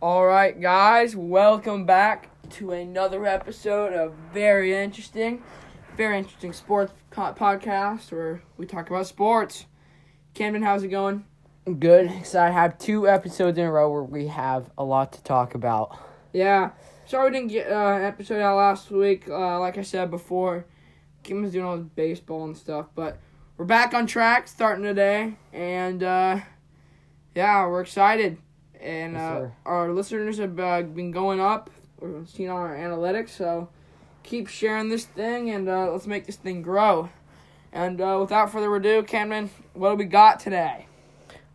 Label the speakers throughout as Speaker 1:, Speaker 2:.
Speaker 1: All right, guys, welcome back to another episode of Very Interesting, Very Interesting Sports co- Podcast, where we talk about sports. Camden, how's it going?
Speaker 2: Good. So I have two episodes in a row where we have a lot to talk about.
Speaker 1: Yeah, sorry we didn't get uh, an episode out last week. Uh, like I said before, Kim was doing all this baseball and stuff, but we're back on track starting today, and uh, yeah, we're excited. And
Speaker 2: Yes,
Speaker 1: uh,
Speaker 2: sir.
Speaker 1: our listeners have uh, been going up. We're seeing all our analytics, so keep sharing this thing, and uh, let's make this thing grow. And uh, without further ado, Camden, what do we got today?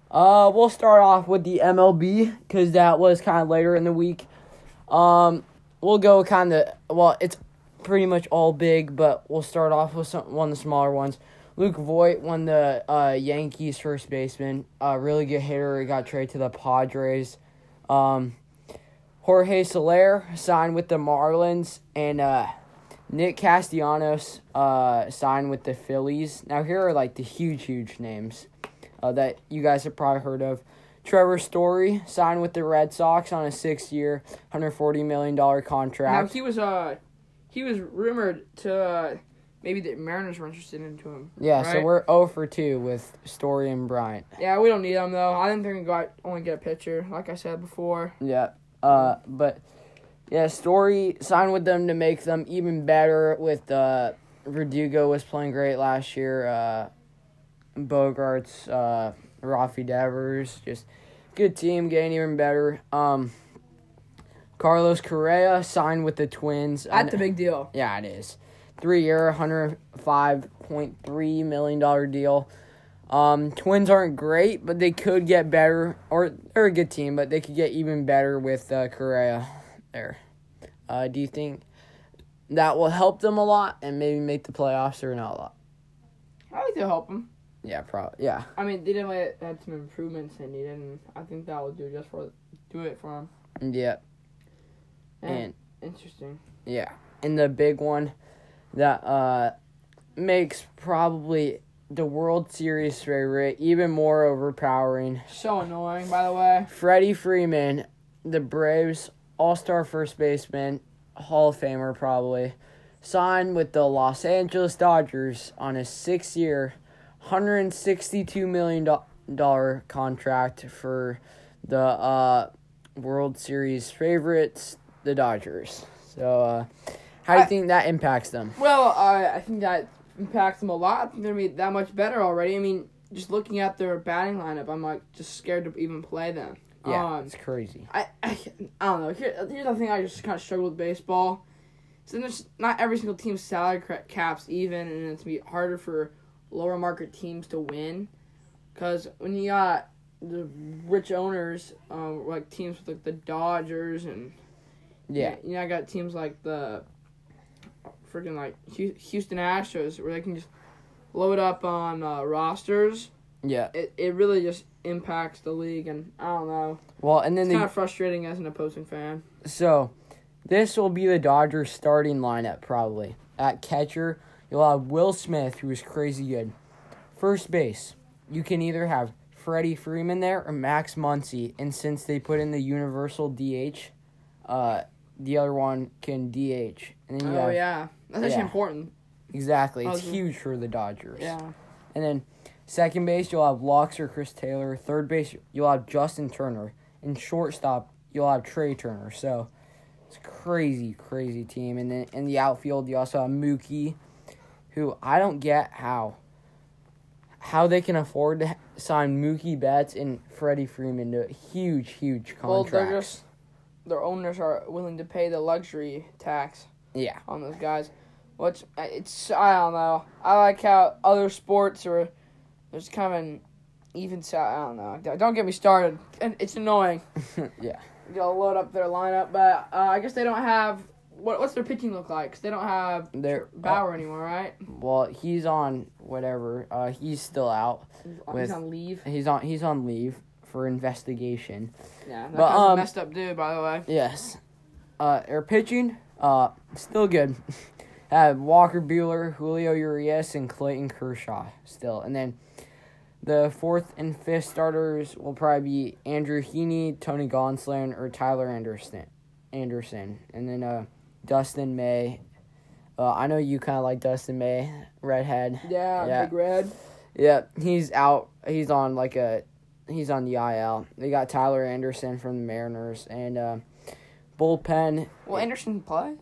Speaker 2: Uh, we'll start off with the MLB because that was kind of later in the week. Um, we'll go kind of well. It's pretty much all big, but we'll start off with some one of the smaller ones. Luke Voigt won the uh, Yankees first baseman. A really good hitter. He got traded to the Padres. Um, Jorge Soler signed with the Marlins, and uh, Nick Castellanos uh, signed with the Phillies. Now here are like the huge, huge names uh, that you guys have probably heard of. Trevor Story signed with the Red Sox on a six-year, hundred forty million dollar
Speaker 1: Now
Speaker 2: contract.
Speaker 1: he was uh, he was rumored to uh, maybe the Mariners were interested into him.
Speaker 2: yeah, so
Speaker 1: right?
Speaker 2: we're zero for two with Story and Bryant.
Speaker 1: Yeah, we don't need them though. I didn't think we got only get a pitcher, like I said before.
Speaker 2: Yeah. Uh, but yeah, Story signed with them to make them even better. With uh, Verdugo was playing great last year. Uh, Bogarts, uh, Rafi Devers, just good team getting even better. Um, Carlos Correa signed with the Twins. I
Speaker 1: That's
Speaker 2: kn-
Speaker 1: a big deal.
Speaker 2: yeah, it is. Three year, hundred five point three million dollar deal. Um, Twins aren't great, but they could get better, or they're a good team, but they could get even better with uh, Correa there. Uh, do you think that will help them a lot and maybe make the playoffs or not a lot?
Speaker 1: I like to help him.
Speaker 2: Yeah, probably. Yeah,
Speaker 1: I mean, they definitely had some improvements and he didn't. I think that will do just for do it for him.
Speaker 2: yeah,
Speaker 1: Yeah,
Speaker 2: and
Speaker 1: interesting.
Speaker 2: Yeah. And the big one that uh makes probably the World Series favorite even more overpowering.
Speaker 1: So annoying, by the way.
Speaker 2: Freddie Freeman, the Braves All Star first baseman, Hall of Famer probably, signed with the Los Angeles Dodgers on a six year, $162 million contract for the uh, World Series favorites, the Dodgers. So, uh, how do you
Speaker 1: I-
Speaker 2: think that impacts them?
Speaker 1: Well, I I think that impacts them a lot. I think they're gonna be that much better already. I mean, just looking at their batting lineup, I'm like just scared to even play them.
Speaker 2: Yeah,
Speaker 1: Um,
Speaker 2: it's crazy.
Speaker 1: I, I, I don't know. Here, here's the thing I just kind of struggle with baseball. So there's not every single team's salary cra- caps even, and it's gonna be harder for lower market teams to win. Cause when you got the rich owners, um, like teams with like the Dodgers and
Speaker 2: Yeah,
Speaker 1: you know I got teams like the freaking like Hu- Houston Astros where they can just load up on uh, rosters.
Speaker 2: yeah.
Speaker 1: It it really just impacts the league, and I don't know.
Speaker 2: Well, and then
Speaker 1: It's
Speaker 2: the
Speaker 1: kind of frustrating as an opposing fan.
Speaker 2: So, this will be the Dodgers starting lineup probably. At catcher, you'll have Will Smith, who is crazy good. First base, you can either have Freddie Freeman there or Max Muncy. And since they put in the universal DH, uh, the other one can DH. And then you
Speaker 1: Oh
Speaker 2: have,
Speaker 1: yeah, that's actually
Speaker 2: Yeah.
Speaker 1: important.
Speaker 2: Exactly, it's
Speaker 1: Okay.
Speaker 2: huge for the Dodgers.
Speaker 1: Yeah,
Speaker 2: And then second base, you'll have Locks or Chris Taylor. Third base, you'll have Justin Turner. And shortstop, you'll have Trey Turner. So it's crazy, crazy team. And then in the outfield, you also have Mookie, who I don't get how how they can afford to sign Mookie Betts and Freddie Freeman to huge, huge
Speaker 1: Well,
Speaker 2: contracts.
Speaker 1: they're just- their owners are willing to pay the luxury tax
Speaker 2: yeah,
Speaker 1: on those guys, which uh, it's I don't know. I like how other sports are there's kind of an even sal- I don't know. D- Don't get me started. And it's annoying.
Speaker 2: yeah.
Speaker 1: They'll load up their lineup, but uh, I guess they don't have what what's their pitching look like? 'Cause they don't have
Speaker 2: They're uh,
Speaker 1: Bauer anymore, right?
Speaker 2: well. He's on whatever. Uh, he's still out.
Speaker 1: He's
Speaker 2: With-
Speaker 1: on leave.
Speaker 2: He's on. He's on leave for investigation.
Speaker 1: Yeah, that
Speaker 2: but,
Speaker 1: guy's a
Speaker 2: um,
Speaker 1: messed up dude, by the way.
Speaker 2: Yes. Uh, or pitching, uh, still good. had Walker Bueller, Julio Urias, and Clayton Kershaw still. And then the fourth and fifth starters will probably be Andrew Heaney, Tony Gonsolin, or Tyler Anderson. Anderson, and then uh, Dustin May. Uh, I know you kind of like Dustin May, redhead.
Speaker 1: Yeah,
Speaker 2: Yeah.
Speaker 1: big red.
Speaker 2: Yep, he's out. He's on like a, he's on the IL. They got Tyler Anderson from the Mariners and uh, bullpen.
Speaker 1: Will Anderson play?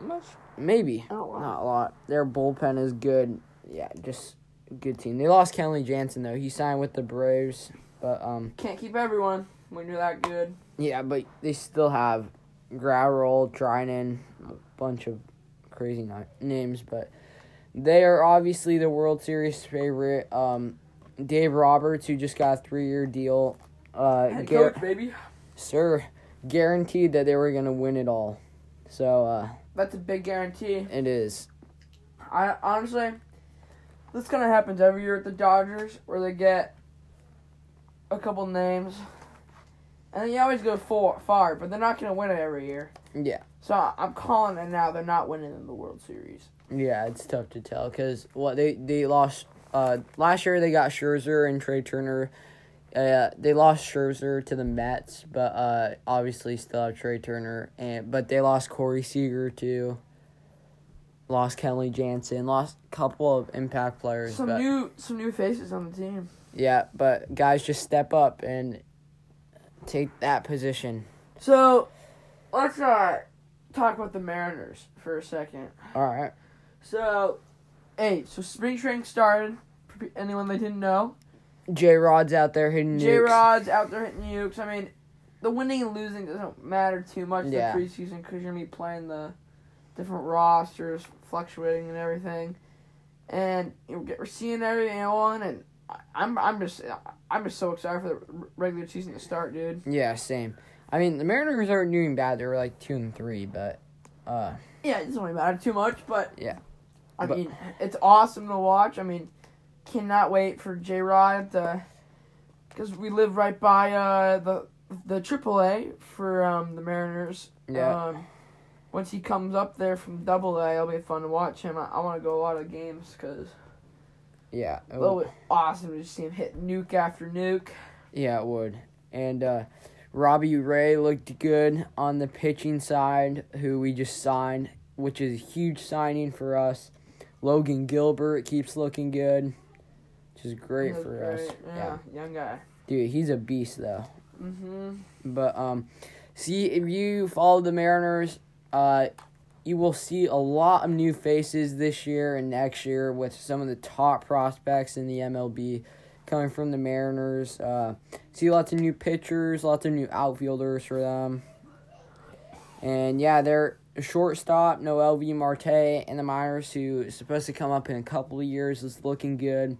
Speaker 1: How much?
Speaker 2: Maybe
Speaker 1: Oh, wow.
Speaker 2: not a lot. Their bullpen is good. Yeah, just a good team. They lost Kenley Jansen though. He signed with the Braves, but um,
Speaker 1: Can't keep everyone when you're that good.
Speaker 2: yeah, but they still have Gravel, Trinan, a bunch of crazy ni- names, but they are obviously the World Series favorite. Um, Dave Roberts, who just got a three-year deal, uh,
Speaker 1: Head
Speaker 2: gar-
Speaker 1: coach, baby.
Speaker 2: sir, guaranteed that they were gonna win it all. So uh,
Speaker 1: That's a big guarantee.
Speaker 2: it is.
Speaker 1: I honestly, this kind of happens every year at the Dodgers, where they get a couple names, and then you always go for, far, but they're not gonna win it every year.
Speaker 2: Yeah,
Speaker 1: So I- I'm calling it now. They're not winning in the World Series.
Speaker 2: yeah, it's tough to tell because what they they lost. Uh, last year they got Scherzer and Trey Turner. Uh, they lost Scherzer to the Mets, but uh, obviously still have Trey Turner, and but they lost Corey Seager too. Lost Kenley Jansen, lost a couple of impact players.
Speaker 1: Some
Speaker 2: but,
Speaker 1: new, some new faces on the team.
Speaker 2: yeah, but guys, just step up and take that position.
Speaker 1: So let's uh, talk about the Mariners for a second.
Speaker 2: All right.
Speaker 1: So, hey, so spring training started. For anyone they didn't know,
Speaker 2: J Rod's out there hitting nukes.
Speaker 1: J Rod's out there hitting nukes. I mean, the winning and losing doesn't matter too much in
Speaker 2: Yeah.
Speaker 1: the preseason because you're gonna be playing the different rosters, fluctuating and everything, and you know, get- we're seeing everyone. And I- I'm I'm just I'm just so excited for the r- regular season to start, dude.
Speaker 2: Yeah, same. I mean, the Mariners aren't doing bad. They were like two and three, but uh,
Speaker 1: Yeah, it doesn't really matter too much, but
Speaker 2: Yeah.
Speaker 1: I
Speaker 2: But-
Speaker 1: mean, it's awesome to watch. I mean, cannot wait for J Rod to, because we live right by uh, the the AAA for um, the Mariners.
Speaker 2: Yeah.
Speaker 1: Um, once he comes up there from Double A, it'll be fun to watch him. I, I want to go a lot of games because
Speaker 2: yeah, it
Speaker 1: it'll
Speaker 2: would,
Speaker 1: be awesome to see him hit nuke after nuke.
Speaker 2: yeah, it would. And uh, Robbie Ray looked good on the pitching side, who we just signed, which is a huge signing for us. Logan Gilbert keeps looking good, which is great
Speaker 1: That's
Speaker 2: for us.
Speaker 1: great. Yeah, young guy.
Speaker 2: dude, he's a beast though.
Speaker 1: Mm-hmm.
Speaker 2: But um, see if you follow the Mariners, uh, you will see a lot of new faces this year and next year with some of the top prospects in the MLB coming from the Mariners. Uh, see lots of new pitchers, lots of new outfielders for them, and yeah, they're. Shortstop Noel V. Marte in the minors, who is supposed to come up in a couple of years, is looking good.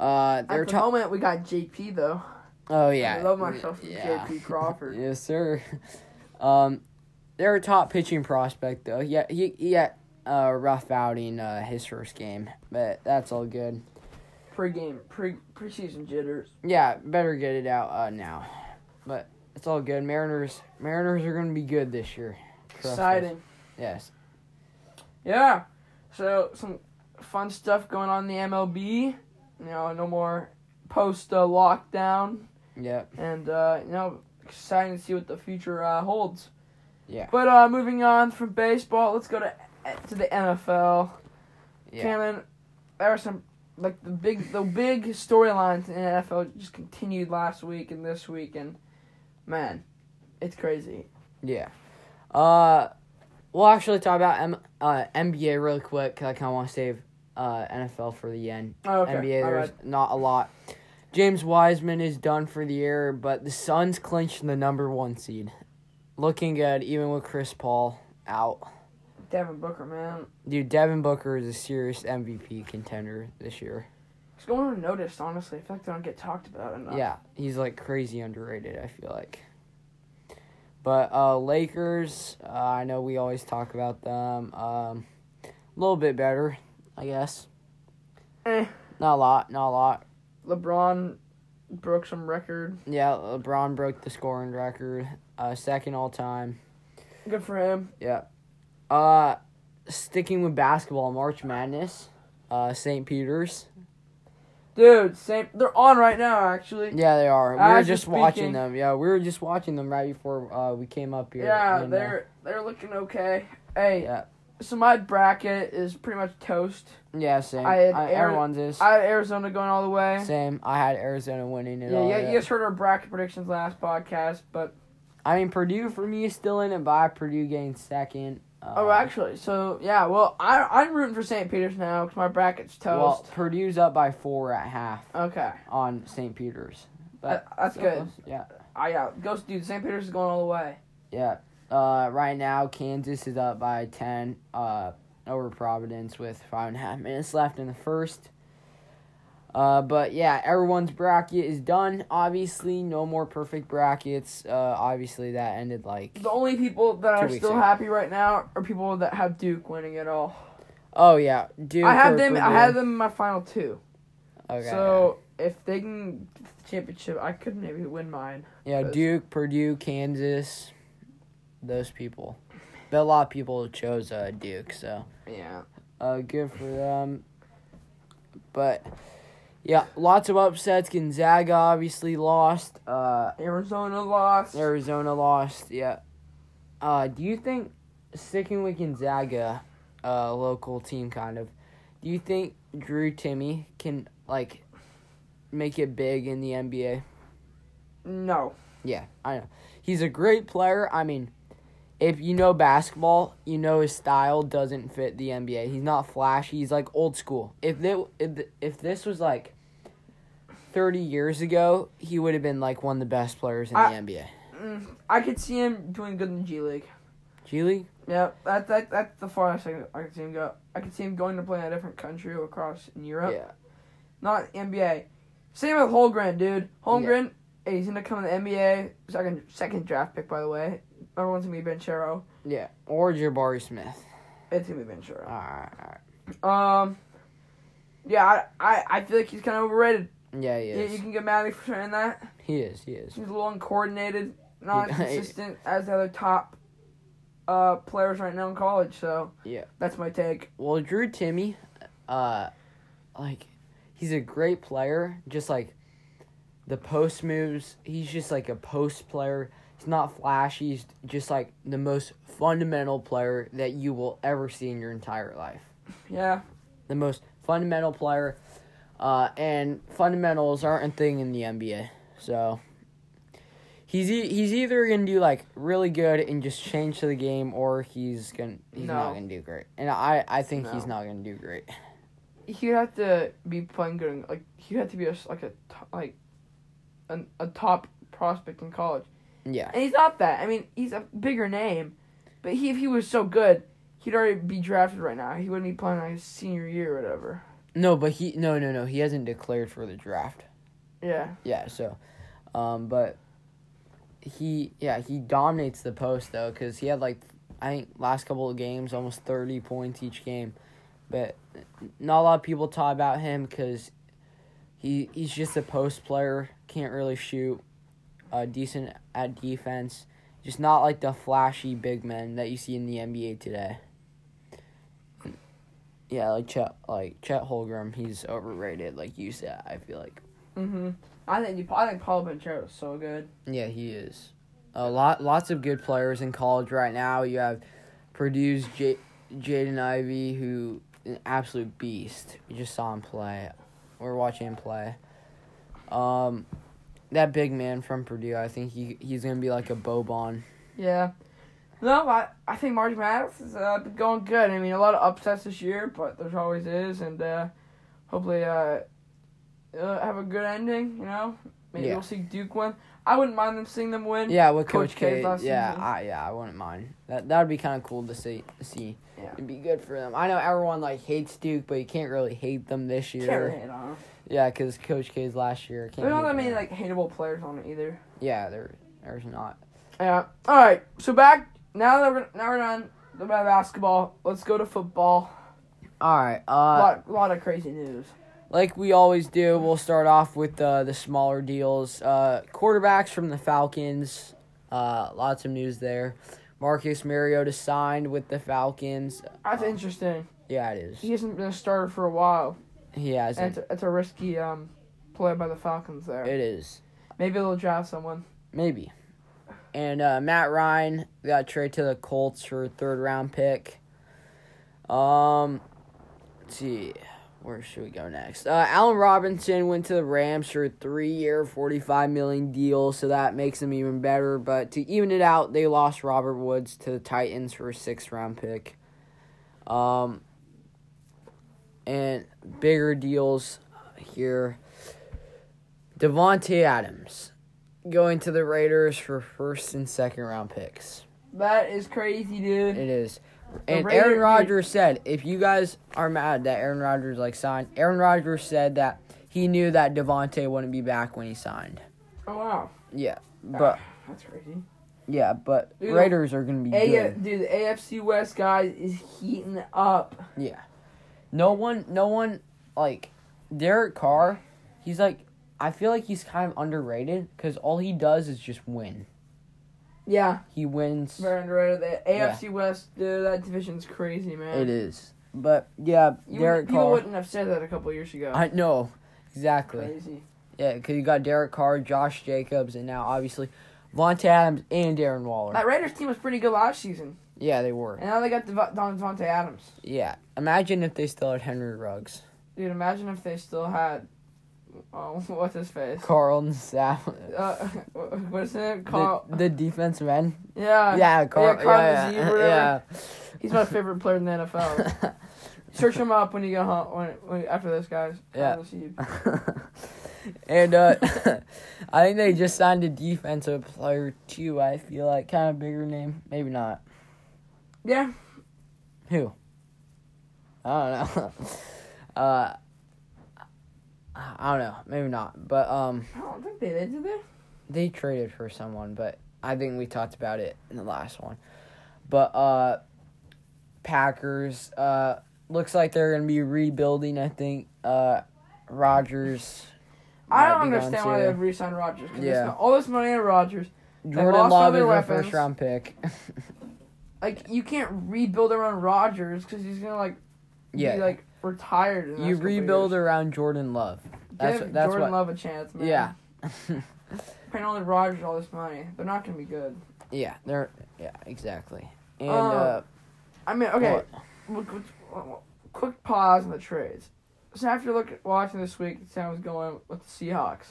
Speaker 2: Uh,
Speaker 1: At
Speaker 2: they're
Speaker 1: the
Speaker 2: top.
Speaker 1: moment, we got JP though.
Speaker 2: oh yeah,
Speaker 1: I love myself some
Speaker 2: Yeah.
Speaker 1: JP Crawford.
Speaker 2: Yes, sir. Um, they're a top pitching prospect though. Yeah, he he had a rough outing uh, his first game, but that's all good.
Speaker 1: Pre-game, pre preseason jitters.
Speaker 2: Yeah, better get it out uh, now, but it's all good. Mariners Mariners are gonna be good this year. Trust us.
Speaker 1: Exciting.
Speaker 2: Yes.
Speaker 1: Yeah. So some fun stuff going on in the MLB. You know, no more post uh, lockdown,
Speaker 2: Yep.
Speaker 1: and uh, you know, exciting to see what the future uh, holds.
Speaker 2: Yeah.
Speaker 1: But uh, moving on from baseball, let's go to eh, to the NFL.
Speaker 2: Yeah.
Speaker 1: Cameron, there are some like the big the big storylines in the NFL just continued last week and this week, and man, it's crazy.
Speaker 2: Yeah. Uh, we'll actually talk about M- uh, NBA really quick because I kind of want to save uh, NFL for the end.
Speaker 1: Oh, okay.
Speaker 2: NBA,
Speaker 1: All
Speaker 2: there's
Speaker 1: right.
Speaker 2: not a lot. James Wiseman is done for the year, but the Suns clinched the number one seed. Looking good, even with Chris Paul out.
Speaker 1: Devin Booker, man,
Speaker 2: Dude, Devin Booker is a serious MVP contender this year.
Speaker 1: it's going unnoticed. Honestly, I feel like they don't get talked about enough.
Speaker 2: Yeah, he's like crazy underrated, I feel like. But uh Lakers, uh, I know we always talk about them. Um a little bit better, I guess.
Speaker 1: Eh.
Speaker 2: Not a lot, not a lot.
Speaker 1: LeBron broke some record.
Speaker 2: Yeah, LeBron broke the scoring record, uh second all time.
Speaker 1: Good for him.
Speaker 2: Yeah. Uh sticking with basketball, March Madness, uh, St. Peter's.
Speaker 1: Dude, same. They're on right now, actually.
Speaker 2: Yeah, they are. We
Speaker 1: As
Speaker 2: were
Speaker 1: you're
Speaker 2: just
Speaker 1: speaking.
Speaker 2: watching them. Yeah, we were just watching them right before uh, we came up here.
Speaker 1: Yeah,
Speaker 2: and, uh,
Speaker 1: they're they're looking okay. Hey,
Speaker 2: Yeah.
Speaker 1: so my bracket is pretty much toast.
Speaker 2: yeah, same.
Speaker 1: I had
Speaker 2: I-
Speaker 1: Ari-
Speaker 2: everyone's is
Speaker 1: I had Arizona going all the way.
Speaker 2: same. I had Arizona winning it
Speaker 1: Yeah,
Speaker 2: all.
Speaker 1: yeah,
Speaker 2: yeah.
Speaker 1: you guys heard our bracket predictions last podcast, but
Speaker 2: I mean, Purdue for me is still in it, but I have Purdue getting second. Uh,
Speaker 1: oh, actually, so yeah, well, I I'm rooting for St. Peter's now because my bracket's
Speaker 2: Well,
Speaker 1: toast.
Speaker 2: Purdue's up by four at half
Speaker 1: okay,
Speaker 2: on St. Peter's.
Speaker 1: that,
Speaker 2: But
Speaker 1: that's
Speaker 2: so
Speaker 1: good.
Speaker 2: close. Yeah,
Speaker 1: I yeah, go dude. St. Peter's is going all the way.
Speaker 2: yeah. Uh, right now Kansas is up by ten. Uh, over Providence with five and a half minutes left in the first. Uh, but yeah, everyone's bracket is done. Obviously, no more perfect brackets. Uh, obviously that ended like.
Speaker 1: The only people that
Speaker 2: Two
Speaker 1: are
Speaker 2: weeks
Speaker 1: still
Speaker 2: in.
Speaker 1: happy right now are people that have Duke winning it all.
Speaker 2: Oh yeah, dude.
Speaker 1: I have
Speaker 2: for
Speaker 1: them. I
Speaker 2: Purdue.
Speaker 1: have them in my final two.
Speaker 2: Okay.
Speaker 1: So if they can get the championship, I could maybe win mine.
Speaker 2: Yeah, Duke, Purdue, Kansas, those people. But a lot of people chose uh, Duke, so
Speaker 1: Yeah.
Speaker 2: uh, good for them. But yeah, lots of upsets. Gonzaga obviously lost. Uh,
Speaker 1: Arizona lost.
Speaker 2: Arizona lost. Yeah. Uh, do you think sticking with Gonzaga, uh, local team kind of, do you think Drew Timmy can like make it big in the NBA?
Speaker 1: No.
Speaker 2: Yeah, I know. He's a great player. I mean, if you know basketball, you know his style doesn't fit the NBA. He's not flashy. He's like old school. If they, if, th- if this was like 30 years ago, he would have been like one of the best players in
Speaker 1: I-
Speaker 2: the NBA.
Speaker 1: Mm, I could see him doing good in the G League.
Speaker 2: G League?
Speaker 1: Yep, that, that that's the farthest I, I can see him go. I could see him going to play in a different country or across in Europe,
Speaker 2: Yeah.
Speaker 1: not NBA. Same with Holgren, dude. Holgren, hey, he's gonna come in the NBA. Second second draft pick, by the way. Everyone's gonna be Benchero.
Speaker 2: Yeah. Or Jabari Smith.
Speaker 1: It's gonna be Benchero.
Speaker 2: All right, all right.
Speaker 1: Um, yeah, I, I, I feel like he's kind of overrated.
Speaker 2: Yeah, he
Speaker 1: Yeah,
Speaker 2: is.
Speaker 1: you can get mad at me for saying that.
Speaker 2: He is. He is.
Speaker 1: He's a little uncoordinated, not as
Speaker 2: Yeah.
Speaker 1: consistent as the other top uh, players right now in college. So
Speaker 2: Yeah.
Speaker 1: that's my take.
Speaker 2: Well, Drew Timmy, uh, like he's a great player. Just like the post moves, he's just like a post player. He's not flashy. He's just like the most fundamental player that you will ever see in your entire life.
Speaker 1: Yeah,
Speaker 2: The most fundamental player, uh, and fundamentals aren't a thing in the NBA. So he's e- he's either gonna do like really good and just change the game, or he's gonna he's
Speaker 1: No.
Speaker 2: not gonna do great. And I I think he's
Speaker 1: No.
Speaker 2: not gonna do great.
Speaker 1: he'd have to be playing good. in- Like he'd have to be a s like a to- like an, a top prospect in college,
Speaker 2: Yeah.
Speaker 1: and he's not that. I mean, he's a bigger name, but he if he was so good, he'd already be drafted right now. He wouldn't be playing like his senior year or whatever.
Speaker 2: No, but he no no no he hasn't declared for the draft.
Speaker 1: Yeah.
Speaker 2: Yeah. So, um, but he yeah he dominates the post though because he had like I think last couple of games almost thirty points each game, but not a lot of people talk about him because he he's just a post player can't really shoot, uh, decent at defense. Just not like the flashy big men that you see in the NBA today. Yeah, like Chet, like Chet Holgram, he's overrated. Like you said, I feel like.
Speaker 1: hmm I think you, I think Paul Banchero is so good.
Speaker 2: Yeah, he is. A lot, lots of good players in college right now. You have Purdue's J- Jaden Ivey, who an absolute beast. You just saw him play. We're watching him play. Um, that big man from Purdue, I think he he's gonna be like a Bobon.
Speaker 1: Yeah. No, I, I think March Madness is uh, been going good. I mean, a lot of upsets this year, but there's always is, and uh, hopefully uh, it'll have a good ending, you know? Maybe
Speaker 2: Yeah.
Speaker 1: we'll see Duke win. I wouldn't mind them seeing them win.
Speaker 2: Yeah, with
Speaker 1: Coach
Speaker 2: Coach,
Speaker 1: K's
Speaker 2: K.
Speaker 1: last
Speaker 2: Yeah,
Speaker 1: season.
Speaker 2: I yeah, I wouldn't mind. That that would be kind of cool to see. See,
Speaker 1: Yeah.
Speaker 2: it'd be good for them. I know everyone like hates Duke, but you can't really hate them this year.
Speaker 1: Can't really hate on them.
Speaker 2: Yeah, because Coach K's last year. Can't
Speaker 1: There's not
Speaker 2: hate
Speaker 1: that
Speaker 2: them.
Speaker 1: many, like, hateable players on it either.
Speaker 2: Yeah, there, there's not.
Speaker 1: Yeah. All right. So back, now that we're, now we're done about basketball, let's go to football.
Speaker 2: All right.
Speaker 1: A
Speaker 2: Uh,
Speaker 1: lot, lot of crazy news.
Speaker 2: like we always do, we'll start off with uh, the smaller deals. Uh, quarterbacks from the Falcons. Uh, lots of news there. Marcus Mariota signed with the Falcons.
Speaker 1: That's interesting.
Speaker 2: Yeah, it is.
Speaker 1: He hasn't been a starter for a while.
Speaker 2: He
Speaker 1: And it's,
Speaker 2: hasn't.
Speaker 1: a, it's a risky um, play by the Falcons there.
Speaker 2: It is.
Speaker 1: Maybe they'll draft someone.
Speaker 2: Maybe. And uh, Matt Ryan got traded to the Colts for a third round pick. Um, let's see, where should we go next? Uh, Allen Robinson went to the Rams for a three year, forty five million deal, so that makes them even better. But to even it out, they lost Robert Woods to the Titans for a sixth round pick. Um, and bigger deals here. Devontae Adams going to the Raiders for first and second round picks.
Speaker 1: That is crazy,
Speaker 2: It
Speaker 1: dude.
Speaker 2: is. And
Speaker 1: Raiders-
Speaker 2: Aaron Rodgers said, if you guys are mad that Aaron Rodgers like signed, Aaron Rodgers said that he knew that Devontae wouldn't be back when he signed.
Speaker 1: Oh, wow.
Speaker 2: Yeah, but
Speaker 1: That's crazy.
Speaker 2: yeah, but
Speaker 1: Dude,
Speaker 2: Raiders are gonna be
Speaker 1: A- uh,
Speaker 2: good.
Speaker 1: dude, the AFC West, guys, is heating up.
Speaker 2: Yeah, no one, no one like Derek Carr. He's like, I feel like he's kind of underrated because all he does is just win.
Speaker 1: Yeah,
Speaker 2: He wins.
Speaker 1: very underrated. The AFC West, dude, that division's crazy, man.
Speaker 2: It is, but yeah,
Speaker 1: You,
Speaker 2: Derek
Speaker 1: people
Speaker 2: Carr.
Speaker 1: wouldn't have said that a couple years ago.
Speaker 2: I know, exactly.
Speaker 1: crazy.
Speaker 2: Yeah, because you got Derek Carr, Josh Jacobs, and now obviously Vontae Adams and Darren Waller.
Speaker 1: That Raiders team was pretty good last season,
Speaker 2: Yeah, they were.
Speaker 1: and now they got Devo- Don Devontae Adams.
Speaker 2: Yeah, imagine if they still had Henry Ruggs,
Speaker 1: Dude, imagine if they still had, oh, what's his face?
Speaker 2: Carl and Staff.
Speaker 1: Uh, what's his name?
Speaker 2: The,
Speaker 1: Carl. Uh,
Speaker 2: the defense men.
Speaker 1: yeah.
Speaker 2: Yeah, Carl.
Speaker 1: Carl
Speaker 2: Yeah,
Speaker 1: Nassib,
Speaker 2: yeah,
Speaker 1: whatever.
Speaker 2: yeah.
Speaker 1: He's my favorite player in the NFL. Search him up when you go home when, when, after this, guys.
Speaker 2: Yeah.
Speaker 1: Nassib.
Speaker 2: and uh, I think they just signed a defensive player too. I feel like kind of bigger name, maybe not.
Speaker 1: Yeah.
Speaker 2: Who? I don't know. uh, I I don't know. Maybe not. But um,
Speaker 1: I don't think they did, did they?
Speaker 2: they traded for someone, but I think we talked about it in the last one. But uh, Packers. Uh, looks like they're gonna be rebuilding. I think. Uh, Rodgers.
Speaker 1: I
Speaker 2: might
Speaker 1: don't
Speaker 2: be gone
Speaker 1: understand why
Speaker 2: too.
Speaker 1: they've re-signed Rodgers. Cause they
Speaker 2: Yeah.
Speaker 1: spent all this money on Rodgers.
Speaker 2: Jordan
Speaker 1: lost all
Speaker 2: Love is
Speaker 1: their
Speaker 2: a
Speaker 1: weapons.
Speaker 2: first round pick.
Speaker 1: Like you can't rebuild around Rodgers because he's gonna like
Speaker 2: yeah.
Speaker 1: be like retired. In the
Speaker 2: you
Speaker 1: next couple
Speaker 2: rebuild
Speaker 1: years.
Speaker 2: around Jordan Love. That's
Speaker 1: Give
Speaker 2: that's
Speaker 1: Jordan
Speaker 2: what.
Speaker 1: Love a chance, man.
Speaker 2: Yeah.
Speaker 1: Paying all the Rodgers all this money, they're not gonna be good.
Speaker 2: yeah. They're. Yeah. Exactly. And
Speaker 1: Um,
Speaker 2: uh,
Speaker 1: I mean, okay.
Speaker 2: What?
Speaker 1: Look, look, look, quick pause on the trades. So after look watching this week, Sam was going with the Seahawks.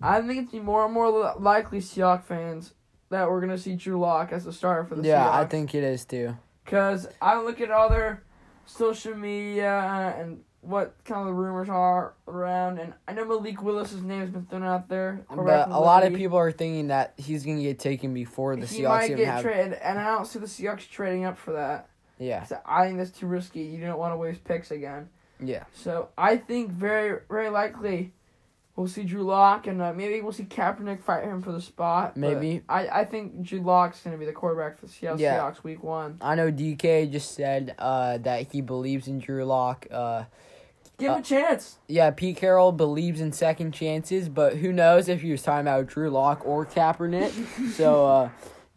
Speaker 1: I think it's more and more li- likely Seahawks fans that we're gonna see Drew Lock as the starter for the
Speaker 2: yeah,
Speaker 1: Seahawks.
Speaker 2: I think it is too.
Speaker 1: Because I look at all their social media and what kind of the rumors are around, and I know Malik Willis's name has been thrown out there. quarterback from
Speaker 2: But a lot of
Speaker 1: Liberty.
Speaker 2: people are thinking that he's gonna get taken before the
Speaker 1: he
Speaker 2: Seahawks
Speaker 1: might
Speaker 2: even
Speaker 1: get
Speaker 2: have.
Speaker 1: traded, and I don't see the Seahawks trading up for that.
Speaker 2: yeah,
Speaker 1: So I think that's too risky. You don't want to waste picks again.
Speaker 2: yeah,
Speaker 1: So I think very, very likely we'll see Drew Lock, and uh, maybe we'll see Kaepernick fight him for the spot. but
Speaker 2: Maybe.
Speaker 1: I, I think Drew Lock's going to be the quarterback for the Seattle
Speaker 2: Yeah.
Speaker 1: Seahawks week one.
Speaker 2: I know DK just said uh, that he believes in Drew Lock. Uh,
Speaker 1: Give him a chance.
Speaker 2: yeah, Pete Carroll believes in second chances, but who knows if he was talking about Drew Lock or Kaepernick? so uh,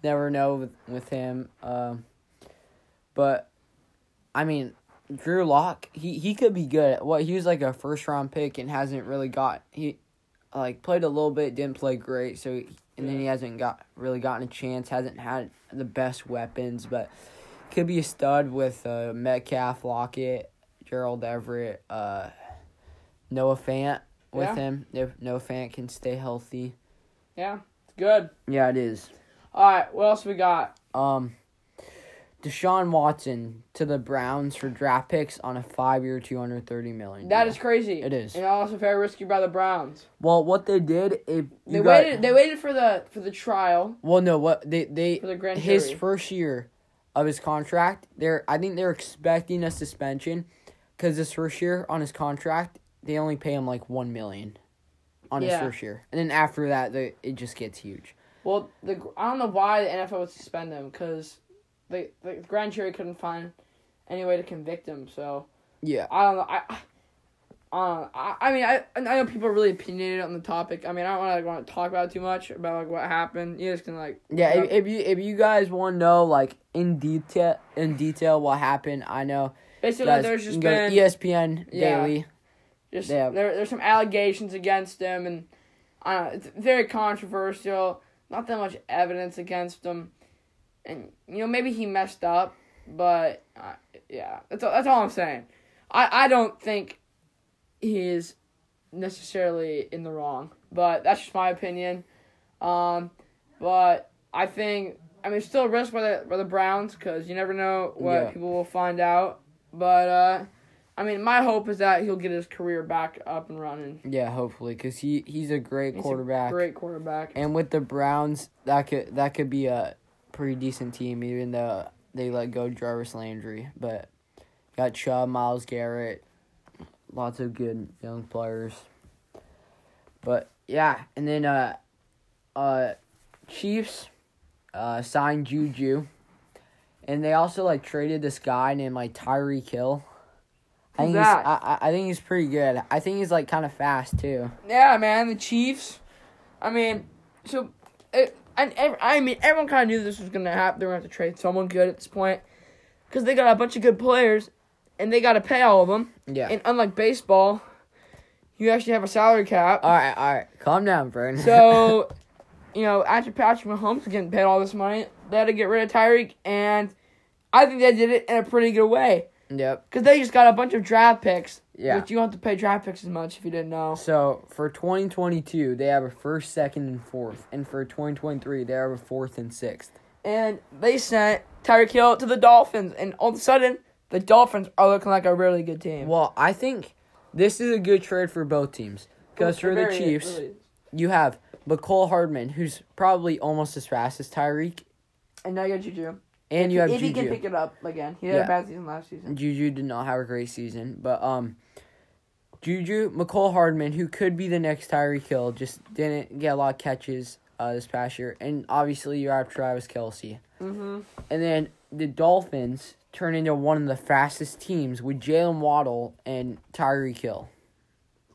Speaker 2: never know with, with him. Um, but I mean, Drew Lock, he he could be good. What he was like a first round pick and hasn't really got he like played a little bit, didn't play great. So he- and then he hasn't got really gotten a chance. Hasn't had the best weapons, but could be a stud with uh, Metcalf, Lockett, Gerald Everett. Uh, Noah Fant with
Speaker 1: Yeah.
Speaker 2: him. If Noah Fant can stay healthy.
Speaker 1: Yeah, it's good.
Speaker 2: Yeah, it is.
Speaker 1: All right, what else we got?
Speaker 2: Um, Deshaun Watson to the Browns for draft picks on a five-year, two hundred thirty million.
Speaker 1: That
Speaker 2: deal.
Speaker 1: is crazy.
Speaker 2: It is.
Speaker 1: and also very risky by the Browns.
Speaker 2: well. What they did, if you
Speaker 1: They
Speaker 2: got-
Speaker 1: waited. They waited for the for the trial
Speaker 2: well, no, what they they
Speaker 1: for the grand jury.
Speaker 2: his first year of his contract, they're I think they're expecting a suspension because his first year on his contract, they only pay him like one million on his
Speaker 1: Yeah.
Speaker 2: first year, and then after that, they, it just gets huge.
Speaker 1: well, the I don't know why the NFL would suspend him because the the grand jury couldn't find any way to convict him. So
Speaker 2: Yeah.
Speaker 1: I don't know. I Uh, I, I mean, I I know people are really opinionated on the topic. I mean, I don't want to want to talk about it too much about like what happened. You just can like
Speaker 2: Yeah, if, if you if you guys want to know like in detail in detail what happened, I know.
Speaker 1: basically
Speaker 2: guys,
Speaker 1: there's
Speaker 2: you
Speaker 1: just
Speaker 2: can go to E
Speaker 1: been
Speaker 2: ESPN
Speaker 1: Yeah.
Speaker 2: Daily.
Speaker 1: just
Speaker 2: Yeah.
Speaker 1: there, there's some allegations against him and uh, it's very controversial not that much evidence against him and you know maybe he messed up but uh, yeah that's all, that's all i'm saying i i don't think he is necessarily in the wrong but that's just my opinion um but i think i mean it's still a risk by the by the browns because you never know what
Speaker 2: Yeah.
Speaker 1: people will find out but uh I mean, my hope is that he'll get his career back up and running.
Speaker 2: Yeah, hopefully, cause he he's a great
Speaker 1: He's a
Speaker 2: quarterback,
Speaker 1: great quarterback.
Speaker 2: and with the Browns, that could that could be a pretty decent team, even though they let go Jarvis Landry, but got Chubb, Miles Garrett, lots of good young players. But yeah, and then uh, uh, Chiefs, uh, signed Juju, and they also like traded this guy named like Tyree Kill. I
Speaker 1: Who's
Speaker 2: think he's, I,
Speaker 1: that?
Speaker 2: I I think he's pretty good. I think he's like kind of fast too.
Speaker 1: yeah, man, the Chiefs. I mean, so it, and ev- I mean, everyone kind of knew this was gonna happen. They were gonna have to trade someone good at this point because they got a bunch of good players, and they got to pay all of them.
Speaker 2: Yeah.
Speaker 1: And unlike baseball, you actually have a salary cap.
Speaker 2: all right, all right, calm down, Vern.
Speaker 1: So, you know, after Patrick Mahomes getting paid all this money, they had to get rid of Tyreek, and I think they did it in a pretty good way.
Speaker 2: yep.
Speaker 1: Because they just got a bunch of draft picks.
Speaker 2: Yeah.
Speaker 1: Which you don't have to pay draft picks as much if you didn't know.
Speaker 2: So for 2022, they have a first, second, and fourth, and for 2023, they have a fourth and sixth.
Speaker 1: And they sent Tyreek Hill to the Dolphins. And all of a sudden, the Dolphins are looking like a really good team.
Speaker 2: Well, I think this is a good trade for both teams because for the
Speaker 1: Very-
Speaker 2: Chiefs,
Speaker 1: really.
Speaker 2: you have McCole Hardman, who's probably almost as fast as Tyreek,
Speaker 1: And now you got Juju.
Speaker 2: and you have
Speaker 1: if he can
Speaker 2: Juju.
Speaker 1: pick it up again. He had
Speaker 2: Yeah.
Speaker 1: a bad season last season.
Speaker 2: Juju did not have a great season, but um, Juju McCole Hardman, who could be the next Tyreek Hill, just didn't get a lot of catches uh, this past year, and obviously you have Travis Kelsey,
Speaker 1: Mm-hmm.
Speaker 2: and then the Dolphins turn into one of the fastest teams with Jalen Waddle and Tyreek Hill.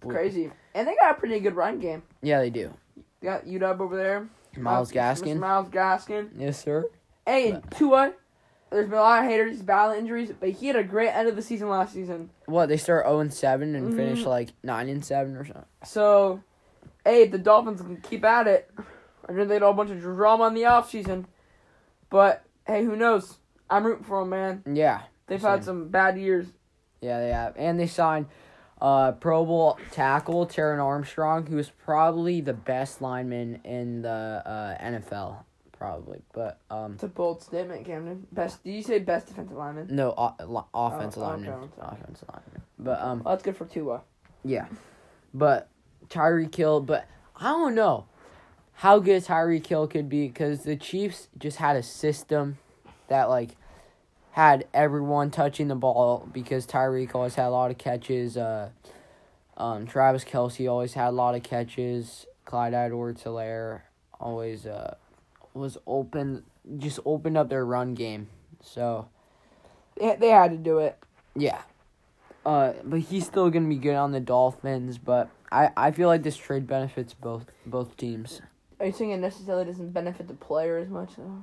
Speaker 1: Crazy. And they got a pretty good run game.
Speaker 2: Yeah, they do.
Speaker 1: They got UW over there.
Speaker 2: Miles Gaskin.
Speaker 1: Mr. Miles Gaskin.
Speaker 2: Yes, sir.
Speaker 1: Hey, and Tua. There's been a lot of haters, battle injuries, but he had a great end of the season last season.
Speaker 2: What they start zero and seven and finish
Speaker 1: Mhm.
Speaker 2: like nine and seven or something.
Speaker 1: So, hey, if the Dolphins can keep at it, I know they had a bunch of drama in the offseason, but hey, who knows? I'm rooting for them, man.
Speaker 2: Yeah,
Speaker 1: They've
Speaker 2: Same.
Speaker 1: had some bad years.
Speaker 2: yeah, they have, and they signed uh Pro Bowl tackle Taron Armstrong, who is probably the best lineman in the uh, NFL, probably. But um,
Speaker 1: It's a bold statement, Camden. Best? Did you say best defensive lineman?
Speaker 2: no o- li- offensive
Speaker 1: Oh,
Speaker 2: lineman,
Speaker 1: okay.
Speaker 2: offensive lineman. But um,
Speaker 1: Well, that's good for Tua.
Speaker 2: Yeah. But Tyree Kill, but I don't know how good Tyree Kill could be because the Chiefs just had a system that like had everyone touching the ball because Tyreek always had a lot of catches. Uh, um, Travis Kelsey always had a lot of catches. Clyde Edwards Hilaire always uh, was open, just opened up their run game. So,
Speaker 1: They, they had to do it.
Speaker 2: yeah. Uh, but he's still gonna be good on the Dolphins, but I, I feel like this trade benefits both both teams.
Speaker 1: Are you saying it necessarily doesn't benefit the player as much? Though?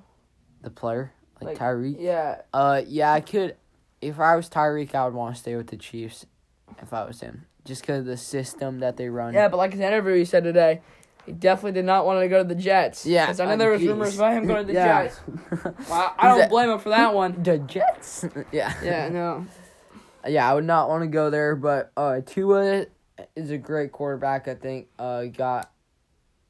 Speaker 2: The player, like,
Speaker 1: Like,
Speaker 2: Tyreek.
Speaker 1: Yeah.
Speaker 2: Uh yeah, I could if I was Tyreek I would want to stay with the Chiefs if I was him. Just cause of the system that they run.
Speaker 1: Yeah, but like in the interview you said today, he definitely did not want to go to the Jets.
Speaker 2: Yeah.
Speaker 1: Because I know
Speaker 2: uh,
Speaker 1: there was
Speaker 2: jeez.
Speaker 1: rumors about him going to the
Speaker 2: Yeah.
Speaker 1: Jets. Well, I
Speaker 2: He's
Speaker 1: don't
Speaker 2: a-
Speaker 1: blame him for that one.
Speaker 2: The Jets? yeah.
Speaker 1: Yeah, no.
Speaker 2: Yeah, I would not want to go there, but uh, Tua is a great quarterback. I think uh, got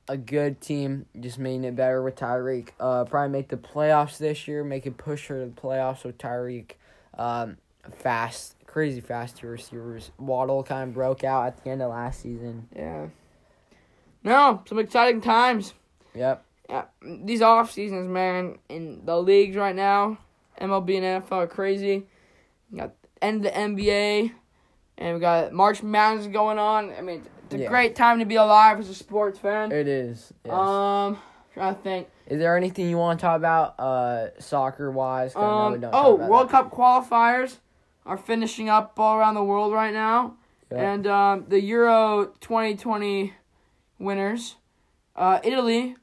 Speaker 2: a good team, just making it better with Tyreek. Uh, probably make the playoffs this year, make a push for the playoffs with Tyreek. Um, fast, crazy fast two receivers. Waddle kind of broke out at the end of last season.
Speaker 1: Yeah. No, some exciting times.
Speaker 2: Yep.
Speaker 1: Yeah, these off seasons, man, in the leagues right now, MLB and NFL are crazy. You got end of the NBA, and we got March Madness going on. I mean, it's a
Speaker 2: Yeah.
Speaker 1: great time to be alive as a sports fan.
Speaker 2: It is. yes.
Speaker 1: Um, trying to think.
Speaker 2: is there anything you want to talk about uh, soccer wise?
Speaker 1: oh, Um, oh, World Cup qualifiers are finishing up all around the world right now.
Speaker 2: Yeah.
Speaker 1: And um, the Euro 2020 winners, uh, Italy,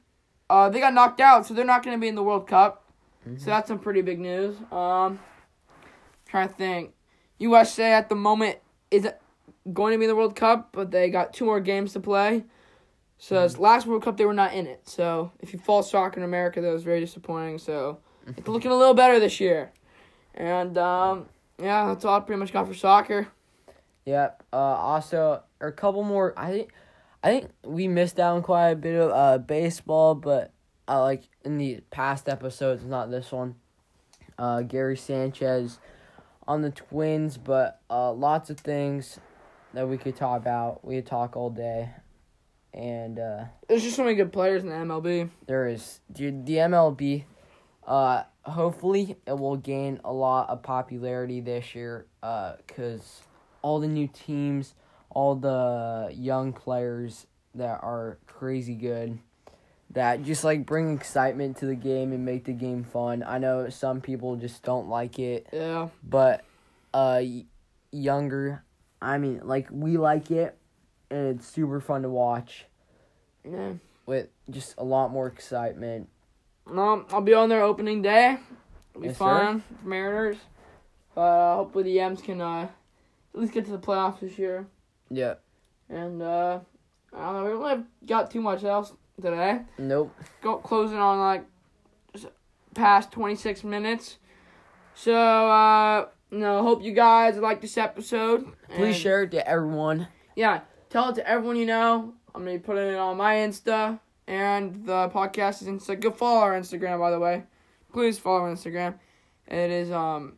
Speaker 1: uh, they got knocked out, so they're not going to be in the World Cup. So that's some pretty big news. Um, trying to think, USA at the moment is going to be in the World Cup, but they got two more games to play. So this last World Cup they were not in it. So if you follow soccer in America, that was very disappointing. So it's looking a little better this year. And um, yeah, that's all I pretty much got for soccer.
Speaker 2: Yep. Uh, also, or a couple more. I think, I think we missed out on quite a bit of uh baseball, but uh, like in the past episodes, not this one. Uh, Gary Sanchez on the Twins, but uh, lots of things that we could talk about. We could talk all day, and uh,
Speaker 1: There's just so many good players in the MLB.
Speaker 2: there is dude the MLB. Uh, hopefully it will gain a lot of popularity this year. Uh, cause all the new teams, all the young players that are crazy good, that just like bring excitement to the game and make the game fun. I know some people just don't like it
Speaker 1: Yeah.
Speaker 2: but uh y- younger i mean like we like it and it's super fun to watch
Speaker 1: Yeah.
Speaker 2: with just a lot more excitement
Speaker 1: No, I'll be on there opening day. It'll be
Speaker 2: Yes, sir.
Speaker 1: fun. for Mariners. Uh, hopefully the M's can uh, at least get to the playoffs this year.
Speaker 2: yeah
Speaker 1: And uh, I don't know. We really got too much else today.
Speaker 2: nope
Speaker 1: Go closing on like s- past 26 minutes. So uh, no, hope you guys like this episode.
Speaker 2: please
Speaker 1: And-
Speaker 2: share it to everyone
Speaker 1: yeah, tell it to everyone you know. I'm gonna be putting it on my Insta and the podcast is Insta. Go follow our Instagram, by the way. Please follow our Instagram. It is um,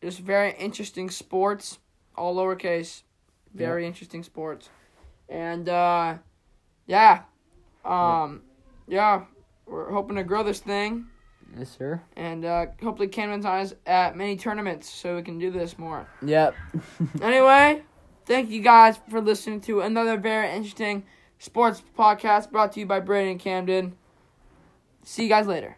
Speaker 1: just very interesting sports, all lowercase. Very interesting sports, and uh, yeah, um, yeah, we're hoping to grow this thing,
Speaker 2: yes sir
Speaker 1: and uh, hopefully Camden's on us at many tournaments so we can do this more.
Speaker 2: yep
Speaker 1: Anyway, thank you guys for listening to another very interesting sports podcast brought to you by Braden Camden. See you guys later.